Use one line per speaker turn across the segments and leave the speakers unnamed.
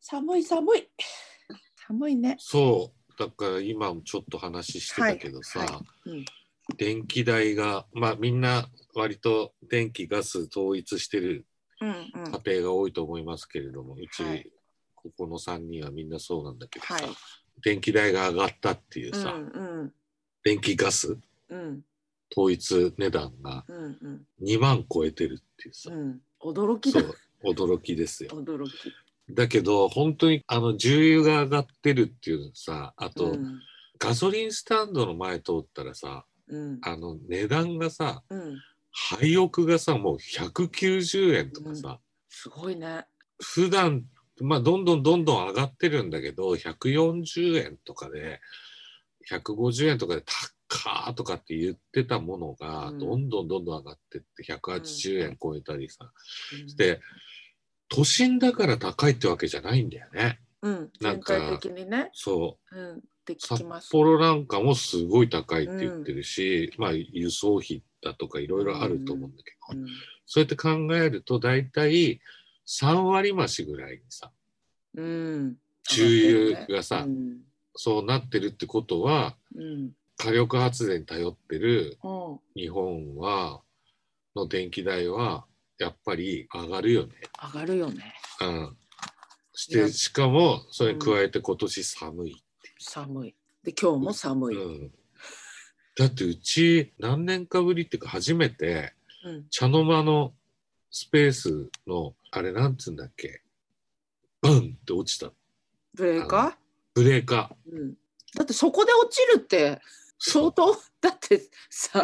寒い寒い。寒いね。
そうだから今もちょっと話してたけどさ、
はいはうん
電気代がまあみんな割と電気ガス統一してる
うんうん。
家庭が多いと思いますけれどもうち、
はい
ここの3人はみんなそうなんだけどさ、
はい
電気代が上がったっていう
う
さ、
んうん
電気ガス
うん
統一値段が
うんうん
2万超えてるっていうさ、
うん。驚き
そ
だ。
う驚きですよ。
驚き。
だけど本当にあの重油が上がってるっていうのさあ
う
と、
ん
ガソリンスタンドの前通ったらさ
うん
あの値段がさ
うん。
廃屋がさもう190円とかさ、
すごいね。
普段まあどんどんどんどん上がってるんだけど140円とかで150円とかで高ーとかって言ってたものが、
うん
どんどんどんどん上がってって180円超えたりさ、
うん
して都心だから高いってわけじゃないんだよね。
うん。
なん
全
か
体的にね。
そう
うん。でき
札
ます。
幌なんかもすごい高いって言ってるし、まあ輸送費だとかいろいろあると思うんだけ
う
ど、
ん
そうやって考えると大体3割増しぐらいにさ
うん。
重油がさ
うん
そうなってるってことは
うん。
火力発電に頼ってる
うん。
日本はの電気代はやっぱり上がるよね。
上がるよね。
うん、し
い
て
や
しかもそれに加えて今年寒い。
寒い。で今日も寒い。
うんだってうち何年かぶりっていうか初めて
うん。
茶の間のスペースのあれなんつうんだっけバンって落ちた
ブレーカ
ブレーカ
ー？うん。だってそこで落ちるって相当 だってさ。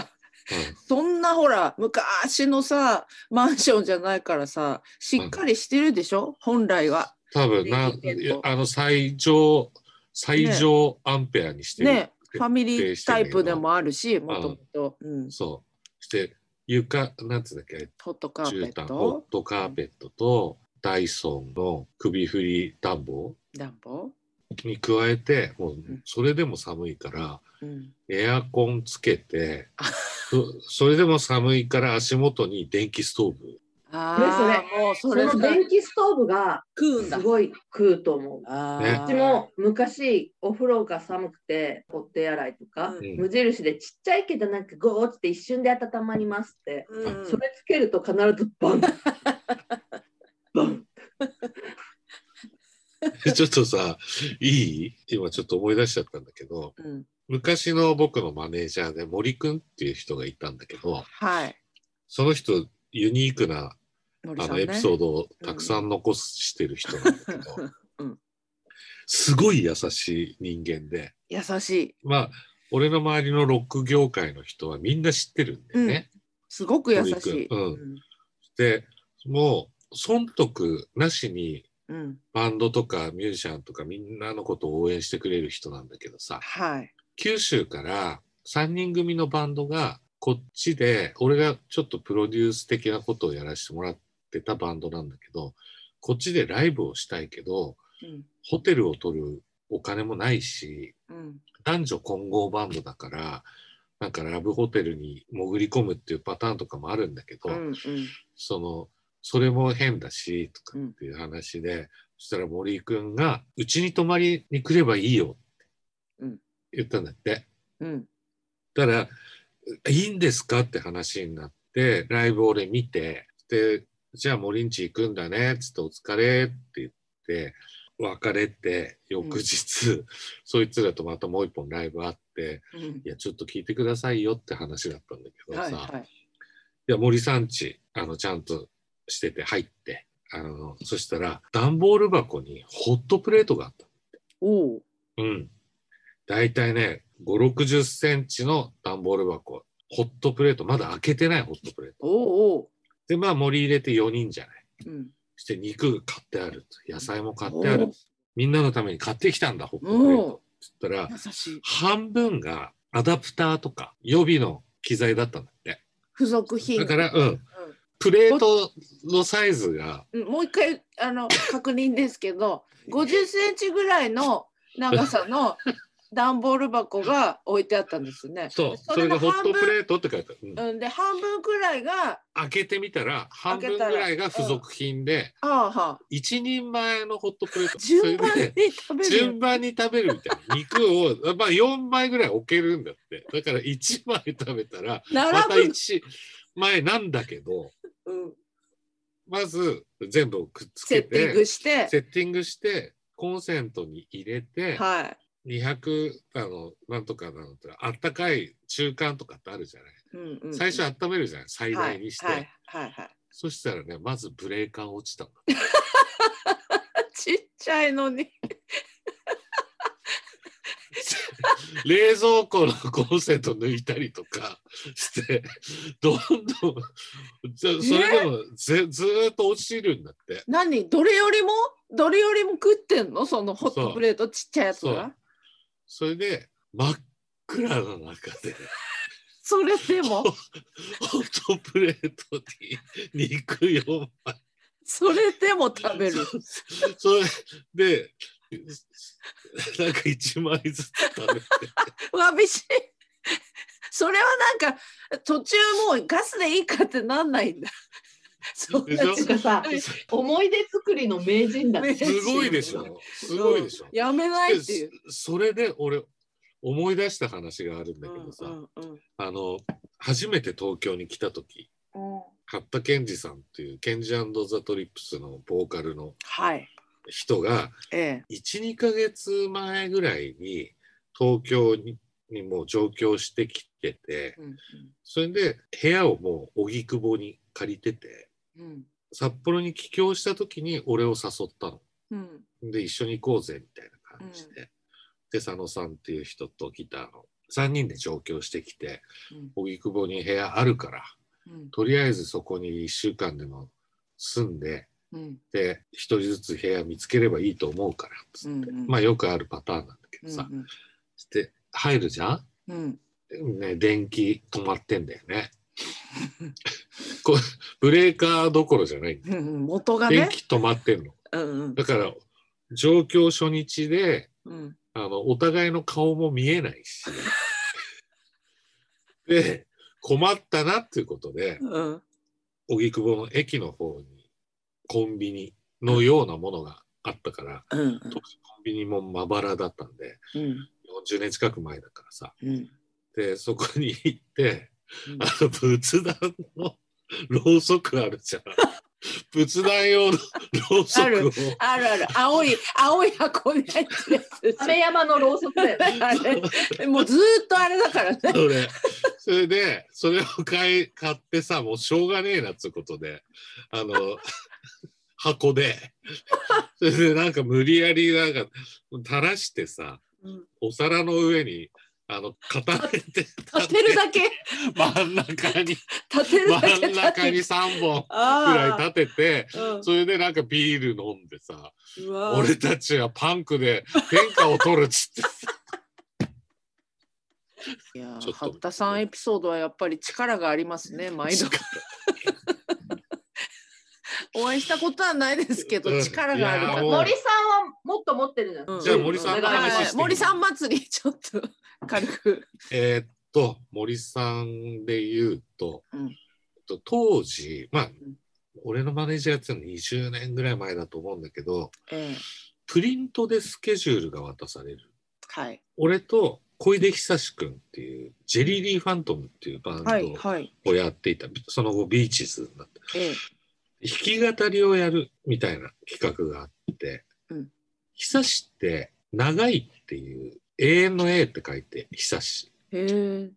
ー、
そんなほら昔のさマンションじゃないからさしっかりしてるでしょ、本来は。
多分な
電気系統
あの最上最上アンペアにしてる、
ねファミリータイプでもあるしもともと
そうして床なんつうんだっけ
ホットカーペッ
絨毯ホッ
ト
トカーペットとダイソンの首振り暖房
暖房、
に加えてもうそれでも寒いから、
うん、
エアコンつけてそそれでも寒いから足元に電気ストーブ
ああもう
そ
それ
の電気ストーブが
食うんだ
す。ごい食うと思う。
あ
うち
ー
も昔お風呂が寒くてお手洗いとか、
うん
無印でちっちゃいけどなんかゴーって一瞬で温まりますって、
うん
それつけると必ずバ ンバン
ちょっとさ、いい今ちょっと思い出しちゃったんだけど、
うん
昔の僕のマネージャーで森くんっていう人がいたんだけど、
はい
その人ユニークな
森
あ
さん
の
ね。
エピソードをたくさん残してる人なんだけど、
うん
すごい優しい人間で、
優しい
まあ、俺の周りのロック業界の人はみんな知ってるんだよね。
すごく優し
森
い。
くんうん
うん
で、もう損得なしに
うん
バンドとかミュージシャンとかみんなのことを応援してくれる人なんだけどさ、
はい
九州から3人組のバンドがこっちで俺がちょっとプロデュース的なことをやらせてもらってたバンドなんだけどこっちでライブをしたいけど
うん
ホテルを取るお金もないし
うん
男女混合バンドだからなんかラブホテルに潜り込むっていうパターンとかもあるんだけど、
うん
そのそれも変だしとかっていう話で、そしたら森井君が「うちに泊まりに来ればいいよ」
う
って
ん
言ったんだって。
うん
たら「いいんですか?」って話になってライブ俺見てで「じゃあ森んち行くんだね」っつって「お疲れ」って言って別れて翌日、そいつらとまたもう一本ライブあって
うん
「いやちょっと聞いてくださいよ」って話だったんだけどさ、
はい
い
はい。
や森さんちあのちゃんとしてて入ってあのそしたら段ボール箱にホットプレートがあった。
おお。
うん。大体ね、5、60センチの段ボール箱、ホットプレート、まだ開けてないホットプレート。
おうおう。
で、まあ、盛り入れて4人じゃない。
うん。
して、肉が買ってあると。野菜も買ってあ
お
る
う。
みんなのために買ってきたんだ、ホットプレー
お
ト。つったら
う。、優しい。
半分がアダプターとか予備の機材だったんだって。
付属品。
だから、うん。プレートのサイズが、
うん、もう一回、あの、確認ですけど、50センチぐらいの長さの。段ボール箱が置いてあったんですよね。
そう、
そ
そ
れ
れ
の
がホッ
半
トプ
分、
レートって書いてある。うん
うん、で半分くらいが
開けてみたら、半
開け
分
たら
ぐらいが付属品で、
ああはあ
一人前のホットプレート。
順番
それで
に食べる
順番に食べるみたいな。肉を、まあ4枚ぐらい置けるんだって。だから1枚食べたら、また
並ぶ、
1枚なんだけど、
うん、
まず全部をくっつ
セ
け
ッティング
て、
して
セッティングして、コンセントに入れて、
は
200あのなんとかなのってあったかい中間とかってあるじゃない、
い、うんうんうん、
最初温めるじゃない最大にして、
はいはいはいはい、
そしたらねまずブレーカー落ちたの
ちっちゃい のに
冷蔵庫のコンセント抜いたりとかしてどんどんずそれでもずずーっと落ちるんだって
何どれよりもどれよりも食ってんのそのホットプレートちっちゃいやつが
それで真っ暗の中で
それでも
ホットプレートに肉4枚
それでも食べる
それでなんか1枚ずつ食べて
わびしいそれはなんか途中もうガスでいいかってなんないんだそんな
でしょ
て かさ
ちっちゃ
思い出作りの名人だね。
すごいでしょすごいでしょ
うんやめないっていう
でそそれで俺思い出した話があるんだけどさ、
うんうん
あの初めて東京に来た時
うんうん
八田健二さんっていうケンジザ・トリップスのボーカルの
はい
人が
ええ
12ヶ月前ぐらいに東京ににもう上京してきてて
うん
それで部屋をもう荻窪に借りてて
うん
札幌に帰郷した時に俺を誘ったの。
うん
で一緒に行こうぜみたいな感じで、で佐野さんっていう人とギターの3人で上京してきて
うん
荻窪に部屋あるから
うん
とりあえずそこに1週間でも住んで
うん
で1人ずつ部屋見つければいいと思うからっつって、
うんうん
まあよくあるパターンなんだけどさ、
うん
して入るじゃん
うんうん
ね、電気止まってんだよ ね。こうブレーカーどころじゃないんだ
うんうん元が
電
ね
気止まってんの。
うんうん
だから上京初日で
うん
あの、お互いの顔も見えな いし。で、困ったなっていうことで、
うん
荻窪の駅の方にコンビニのようなものがあったから、
うん
当時コンビニもまばらだったんで、
うん
40年近く前だからさ。
うん
で、そこに行って、
うん
あの、仏壇のろうそくあるじ ゃん。仏壇用のろうそ
あ
く
る
を。
あるある青い青い箱に入ってるやつでしょ
亀山のろうそくだよね。
あれ もうずーっとあれだからね
それそれでそれを買い買ってさもうしょうがねえなっつうことであの箱でそれでなんか無理やりなんか垂らしてさ
うん
お皿の上にあの固めて
立てるだけ
真ん中に
立て るだけ
真ん中に3本ぐら
あ
い立てて
あー、
それでなんかビール飲んでさ
うん、うわー
俺たちはパンクで天下を取るっつってさ
いや
ち
ー
ょっと
八田さんエピソードはやっぱり力がありますね 毎 度お会いしたことはないですけ
う
ど
ん
力がある
いやーもう
森さんはもっと持ってるのよ。
うん
じゃあ森さんの話して
はい森さん祭りちょっと軽く
えーっと森さんで言うと
うん
えっと当時まあ、
ん
俺のマネージャーやってたの20年ぐらい前だと思うんだけど
ええ
プリントでスケジュールが渡される
はい
俺と小出久志君っていうジェリーリー・ファントムっていうバン
はい
ド
はい
をやっていた、その後ビーチズになって
ええ
弾き語りをやるみたいな企画があって、
うん
久志って長いっていう永遠の A って書いて久志
へえ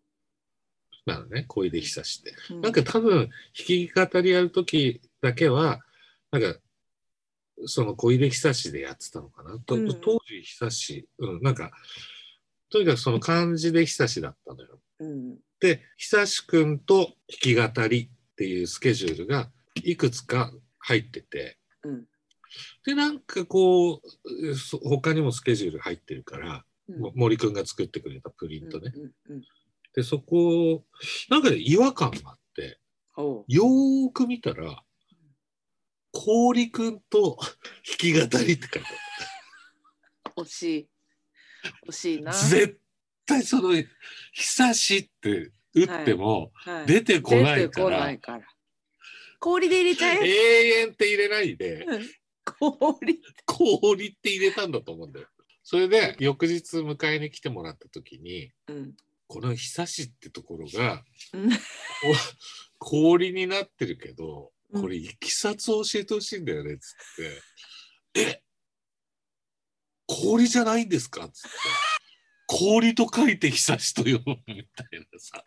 なのね小出久志って。
う
なんか多分弾き語りやる時だけはなんかその小出久志でやってたのかな、と
うん
当時久志、うん、なんかとにかくその漢字で久志だったのよ。
うん
で久志くんと弾き語りっていうスケジュールがいくつか入ってて
うん
でなんかこううそ他にもスケジュール入ってるから、
うん
も森くんが作ってくれたプリントね。
うんうんうん
でそこなんかね違和感があって。
おう
よーく見たら、氷くんと弾き語りって書いてある。
惜しい欲しいな。
絶対その「久し」って打っても
はい
出てこない
出て
か
こ
ら、
ないから。氷で入れちゃえ。
永遠って入れないで
氷。
氷って入れたんだと思うんだよ。それで翌日迎えに来てもらった時に
うん。
この「久し」ってところが
うん
こ氷になってるけど
うん
これいきさつを教えてほしいんだよねっつって「え氷じゃないんですか?」っつって「氷と書いて久し」と読むみたいなさか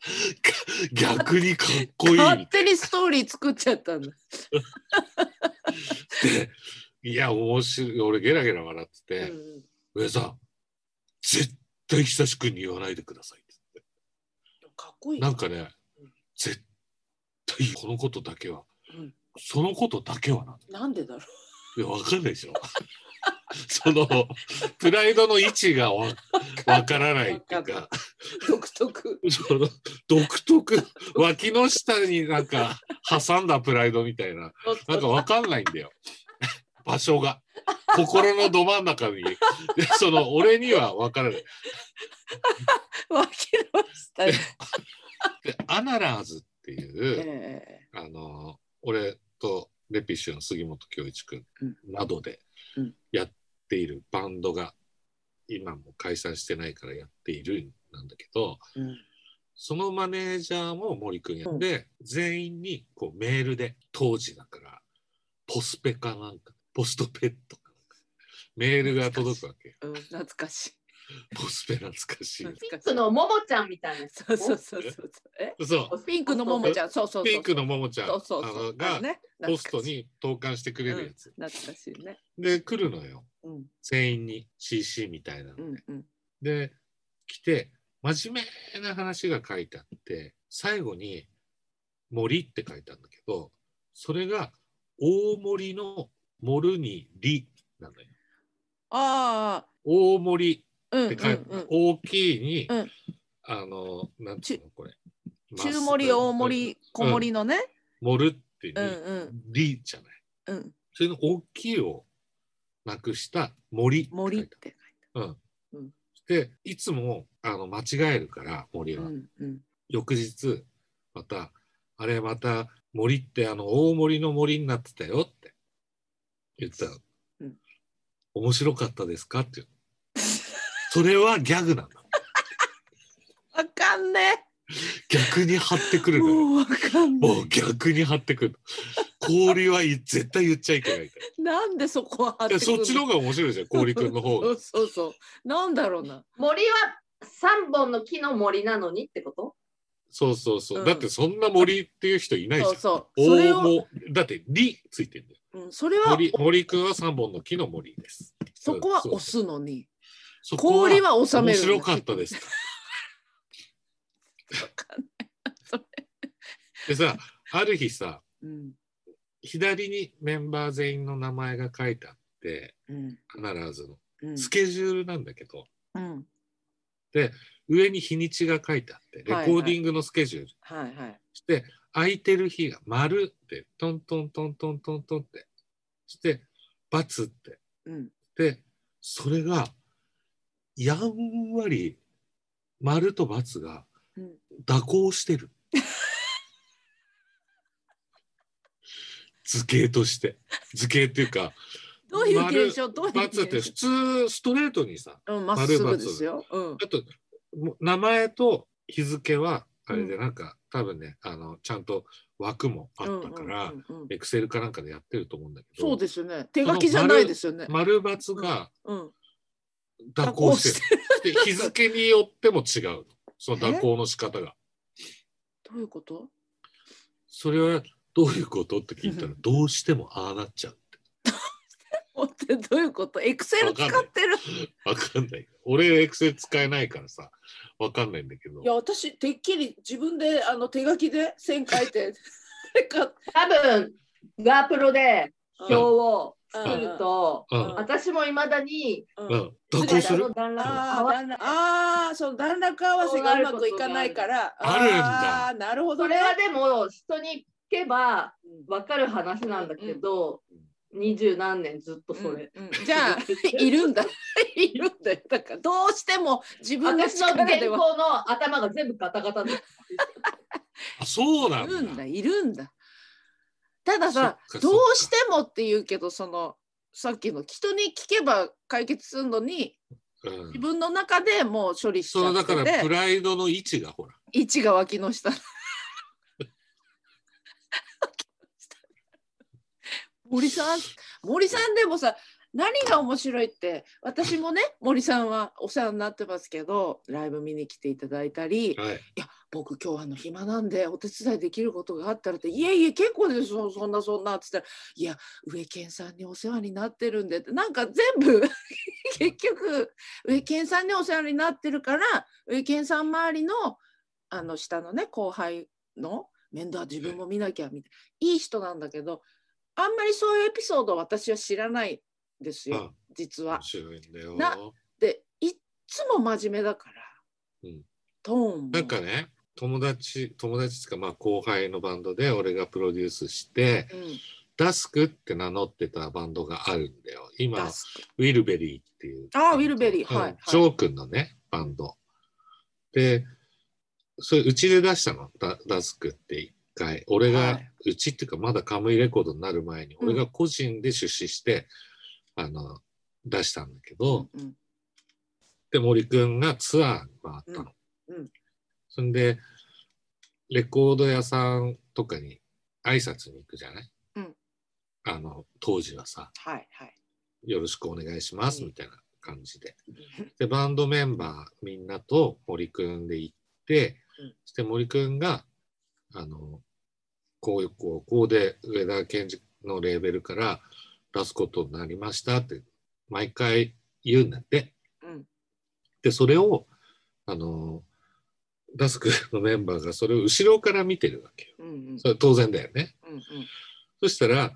逆にかっこいいみたいな
勝手にストーリー作っちゃったんだ。
でいや面白い俺ゲラゲラ笑って
うん
て。上さん絶対久しくんに言わないでくださいって
かっこいい。
な
うん
かね
うん
絶対このことだけは
ん
そのことだけはなん
なんでだろう。
いや分かんないでしょ そのプライドの位置がわ分からないっていうか
独特。
その独特脇の下になんか挟んだプライドみたいななんか分かんないんだよ場所が心のど真ん中にでその俺には分からない
わきの下に。
でアナラーズっていう、
え
あの俺とレピッシュの杉本恭一君
うん
などで
うん
やっているバンドが今も解散してないからやっているなんだけど
えうん
そのマネージャーも森君やって、全員にこうメールで当時だからポスペかなんかポストペットかなんかメールが届くわけ
うん。懐かしい。
ポスペ懐かしい
懐かし
そ
い。
のももちゃんみたいな。
そうそうそうそうそう。え。
そ
ピンクのももちゃん。そうそうそうう。
ピンクのももちゃんあ
そう
の
そうそう。
が
あね
ポスト。に投函してくれるやつ、
懐かしい懐かしいね。
で来るのよ
うん
全員に CC みたいなの、
うんうん。
で来て真面目な話が書いてあって最後に「森」って書いてあるんだけどそれが大森の「森」に「り」なのよ。
あ
大
あ。
森
うん
っ
うん
て書いて、
うん。
大きいに、
うん
あのなんていうのこれ
中森大森小森のね。
「森」ってに
うんうん
「り」じゃない。
うん。
それの大きいをなくした「森」って書いて
森
あ
っ
る
て
でいつもあの間違えるから森
書いてあ
は、
る。うんうん。
翌日また「あれまた森ってあの大森の森になってたよ」って言ったら「
うん
面白かったですか?」って言うそれはギャグなんだ
わかんね
逆に張ってく
え。
るのよ
もうわかんな
も。
いう
逆に張ってくるの氷はい絶対言っちゃいけないみたい
なんでそこは貼っ
い
て
や
くる
そっちの方が面白いじゃん氷くんの方
そ
が
うそうそう。なんだろうな。
森は三本の木の森なのにってこと
そうそうそう、
うん
だってそんな森っていう人いないじゃ
そうんそう。それ
大
を、
もだって「り」ついてるんだよ
うん、それは
森森くんは3本の木の森です。
そこは
そう
押すのに、
そこ
氷は収め
面
るのに。
白かったです。
わかん
でさある日さ
うん
左にメンバー全員の名前が書いてあって
うん
必ずの
うん
スケジュールなんだけど、
うん。
上に日にちが書いてあってレコ
はいはい
ーディングのスケジュール
はいはい。
して、空いてる日が「丸ってトントントントントントンってして「バツって
うん。
でそれがやんわり「丸と「バツが
うん
蛇行してる図形として図形っていうか
どういう現象どういう
バツって
現
普
象
通ストレートにさ
うん、まっすぐですよ。うん。
あともう名前と日付はあれでなんか、多分ねあのちゃんと枠もあったから
うんうんうんうん
エクセルかなんかでやってると思うんだけど
そうですよね。手書きじゃないですよね。
丸バツが
うん。
蛇行してる、で日付によっても違うその蛇行の仕方が
どういうこと
それはどういうことって聞いたらどうしてもああなっちゃう
待ってどういうことエクセル使ってる
わかんない。俺、エクセル使えないからさ、わかんないんだけど
い。や私てっきり自分であの手書きで線書い てか
多分ガープロで表
うん
を作ると、
うん
うん
私もいまだに
うん
うん。蛇行する
の段落
あ
合
ー
わ
段落あーその段落合わせがうまくいかないから
あるんだ
あーなるほ
そ
ど
れ
ね
はでも人に聞けば分かる話なんだけど
うん
二十、何年ずっとそれ、
うんうんじゃあいるんだいるんだよだからどうしても自分の
私の
力
原
で
稿
は
の頭が全部ガタガタで
あそうない
るん
んだ
だ。いるんだたださ
そっか
どうしてもって言うけどそのさっきの人に聞けば解決するのに
うん
自分の中でもう処理しち
そ
ゃ
のだ
っ
か
て
らプ
て
ライドの位置がほら。
位置が脇の下脇の下森さん森さんでもさ何が面白いって私もね森さんはお世話になってますけどライブ見に来ていただいたり、
はい。
いや僕今日あの暇なんでお手伝いできることがあったらって「いえいえ結構ですそそんなそんな」っつったら「いや上健さんにお世話になってるんで」ってなんか全部結局上健さんにお世話になってるから上健さん周りのあの下のね後輩の面倒は自分も見なきゃみたいないい人なんだけどあんまりそういうエピソードを私は知らないですよ実は
面。白いんだよ。
なでいっつも真面目だから、
うん
トーンも
なんかね友達友達つかまあ後輩のバンドで俺がプロデュースして
うん、
ダスクって名乗ってたバンドがあるんだよ今
ダスク
ウィルベリーっていう
あーウィルベリー
うん
はいはい
ジョー君のねバンドでそれうちで出したのダダスクって一回俺が、
はいう
ちっていうかまだカムイレコードになる前に
うん
俺が個人で出資して、あの出したんだけど、
うん
で森くんがツアーに回ったの。
うんうん
そんでレコード屋さんとかに挨拶に行くじゃない、
うん
あの当時はさ
はいはい。
「よろしくお願いします」
うん
みたいな感じで。でバンドメンバーみんなと森くんで行って、
うん
そして森くんがあのこういうこうこうで上田健二のレーベルから出すことになりましたって毎回言うんだって。
うん
でそれをあのダスクのメンバーがそれを後ろから見てるわけよ。
うんうん
それ当然だよね。
うんうん。
そしたら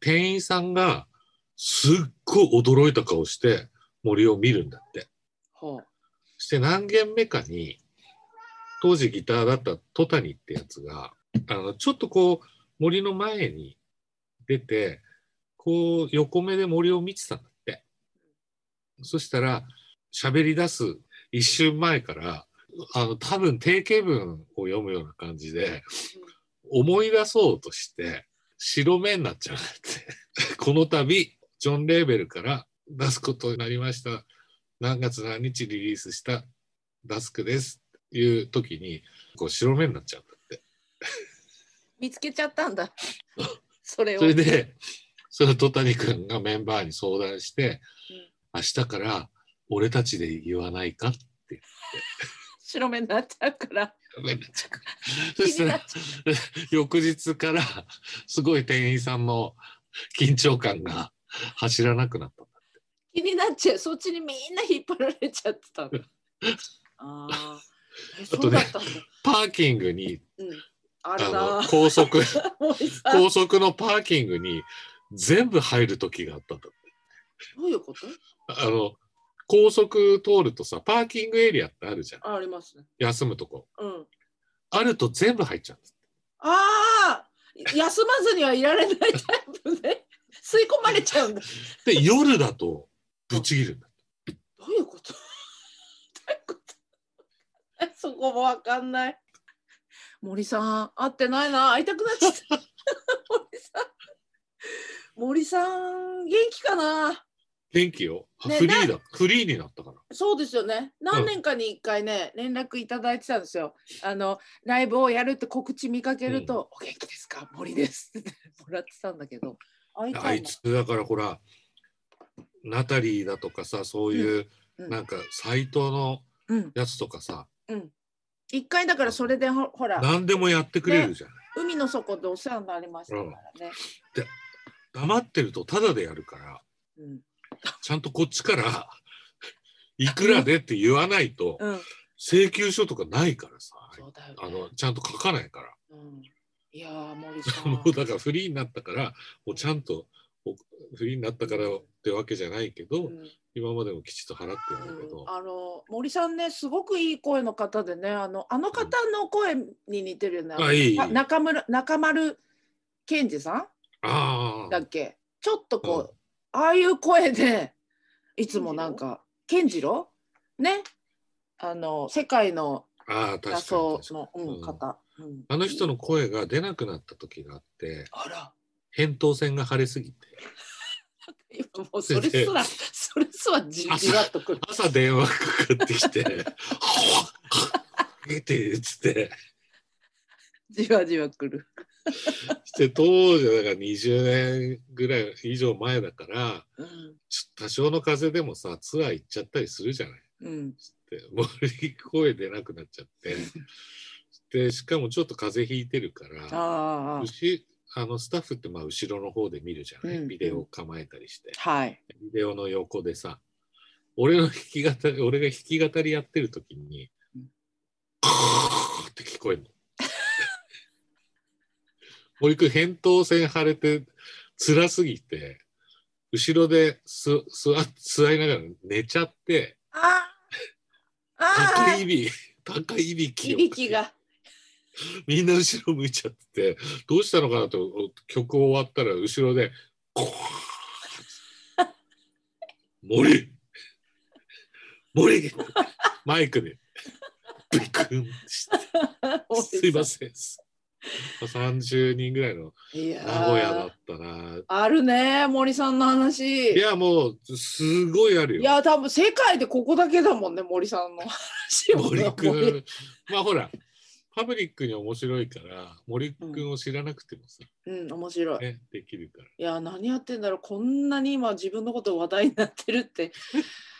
店員さんがすっごい驚いた顔して森を見るんだって。
ほう。
そして何軒目かに当時ギターだった戸谷ってやつがあのちょっとこう森の前に出てこう横目で森を見てたんだってそしたら喋り出す一瞬前からあの多分定型文を読むような感じで思い出そうとして白目になっちゃうんだって この度ジョン・レーベルから出すことになりました何月何日リリースしたダスクですっていう時にこう白目になっちゃうんだって
見つけちゃったんだ。それを。
それでその戸谷君がメンバーに相談して、明日から俺たちで言わないかって
白目になっちゃうから。
ごめんなさい
気
そした
になっ
ら翌日からすごい店員さんの緊張感が走らなくなった。
気になっちゃう。そっちにみんな引っ張られちゃって たんだ。ああ。え
あ
そ
と
うだ
ね
ったんだ。
パーキングに
うん。あ
あ
る
の
な。
高速
森さん。ど
高速のパーキングに全部入る時があったんだ
ういうこと？
あの高速通るとさパーキングエリアってあるじゃん
あありますね。
休むとこ
うん。
あると全部入っちゃうんです
ああ。休まずにはいられないタイプね。吸い込まれちゃうんだ。
で夜だとぶち切るんだ
どういうこと どういうこと そこもわかんない。森さん、会ってないな。会いたくなっちゃった。 森さん。森さん、元気かな
天気よ、
ね
フリーだフリーになったから
そうですよね。何年かに一回ね、連絡いただいてたんですよ。あの、ライブをやるって告知見かけると、お元気ですか森です ってもらってたんだけど、会い
あ
たい
い
な。
つだからほらナタリーだとかさそういう
うん
なんかサイトの
うん。
やつとかさ
一回だからそれでほほら、
何でもやってくれるじゃん
海の底でお世話になりましたからね。
黙ってるとタダでやるから
うん。
ちゃんとこっ ちからいくらでって言わないと
うん。
請求書とかないからさ
そうだよね。
あのちゃんと書かないから。
うん、いやー森 さん。
もうだからフリーになったからもうちゃんとおフリーになったからってわけじゃないけど、
うん
今までもきちっと払ってるんだけ
う
ど
ん、、あの森さんねすごくいい声の方でねあのあの方の声に似てるよね、
あいいいい
あ中村中丸健二さ
あ
んだ
あ
っけちょっとこう、ああいう声でいつもなんか健次郎ねあの世界の
ああ、確か
画
に
像
確かに。
の、うん、方、うん
あの人の声が出なくなった時があって、
あら
扁桃腺が腫れすぎて、
今もうそれすらそれすらじじわっとくる
朝電話かかってきて、出て、つって、
じわじわくる、
して当時だから20年ぐらい以上前だから、
うん
ちょ多少の風邪でもさ、ツアー行っちゃったりするじゃない。
うん、
って森声出なくなっちゃってでしかもちょっと風邪ひいてるから
ああ
牛あのスタッフってまあ後ろの方で見るじゃない、
うん
ビデオ構えたりして
はい
ビデオの横でさ俺の弾き語り俺が弾き語りやってる時に
うん
カーって聞こえるの 森君扁桃腺腫れて辛すぎて後ろです座座りながら寝ちゃって。
ああ
高
あ
いびき、高いびき
い
を
びきが
みんな後ろ向いちゃってて、どうしたのかなと、お曲終わったら後ろで、コーン 森森マイクで、ビクン して、すいません。30人ぐらいの
んいや
名
ー
古屋だったな。
あるね森さんの話
いや、もう、すごいある
い
よ。
や多分世界でここだけだもんね森さんの話もね
森 く
森
ん。まあほら、パブリックに面白いから、森くんを知らなくてもさ、
うん面白い
ね、できるから。
いや何やってんだろうこんなに今自分のこと話題になってる って、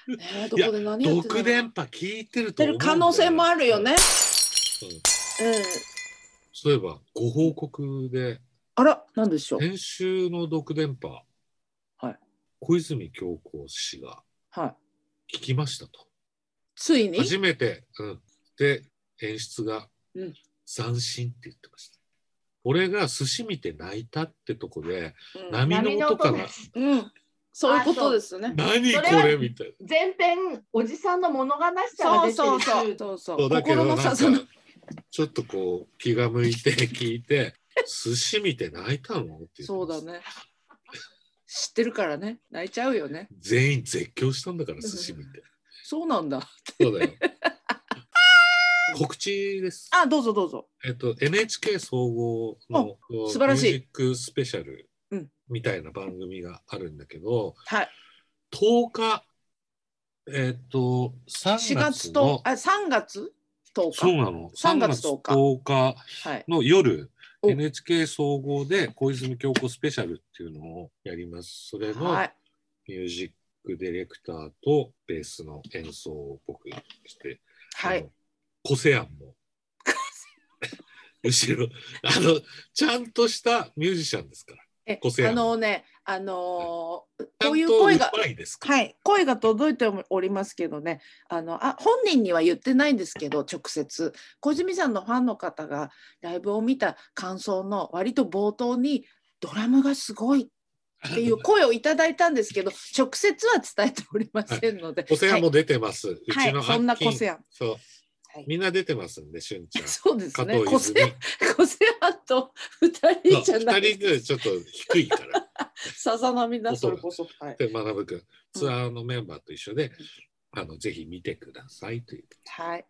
ねえ、ど
いや
こで何やってんだろう
独電波聞いてる
て
と思
る
うんだよ
可能性もあるよね。
うん
うん、
そういえばご報告で
あら何でしょう
先週の独電波、
はい
小泉京子氏が
はい
聞きましたと
ついに
初めて、うん、で演出が、
うん
斬新って言ってました俺が寿司見て泣いたってとこで
うん
波の音かな
です
うん、そういうことですね。
何こ
それ
れ
は
みたい
前編おじさんの物悲しさが
そう
出てる
そうそう
っていう
そうそ
なそう
う。
だけど
心
な
の
んか
さその
ちょっとこう気が向いて聞いて 寿司見て泣いたのって言ってました
そうだね。知ってるからね、泣いちゃうよね。
全員絶叫したんだから寿司見て
そうなんだ。
そ うだよ。告知です。
あ、どうぞどうぞ。
えっと、NHK 総合のこう
素晴らしい
ミュージックスペシャル
うん
みたいな番組があるんだけど、
はい。
10日、えっと、
四
3
月
月
と
の、
あ、三月10
そう
日。
なの、
3
3
月
月
10
10
日
日
はい。
の夜、
お
NHK 総合で小泉京子スペシャルっていうのをやります。それの
はい。
ミュージックディレクターとベースの演奏を僕して
は
あ
い
の。。コセアン も。後ろ、あの、ちゃんとしたミュージシャンですから。
え
個性あ
あ
る
のね、あのー
ちゃ
こうい
ん
う
と
声が
うまいですから。
はい、声が届いておりますけどねあのあ本人には言ってないんですけど直接小泉さんのファンの方がライブを見た感想の割と冒頭に「ドラムがすごい」っていう声をいただいたんですけど直接は伝えておりませんので。
コセアンも
はい
出てます。う
は
ちの
い、そんな
アッキン
個性あん。
そう
はい。
みんな出てますんで、しゅんち ゃん。
そうです
加
ね。
藤
個
ゆず
性、個性あんと二人
み。
じ
そ
ゃ
う
な
二
い。
人でちょっと低 いから。
さざ波だ、それこそ。はい。
で、学ぶくん、ツアーのメンバーと一緒で、あの、ぜひ見てくださいという。
はい。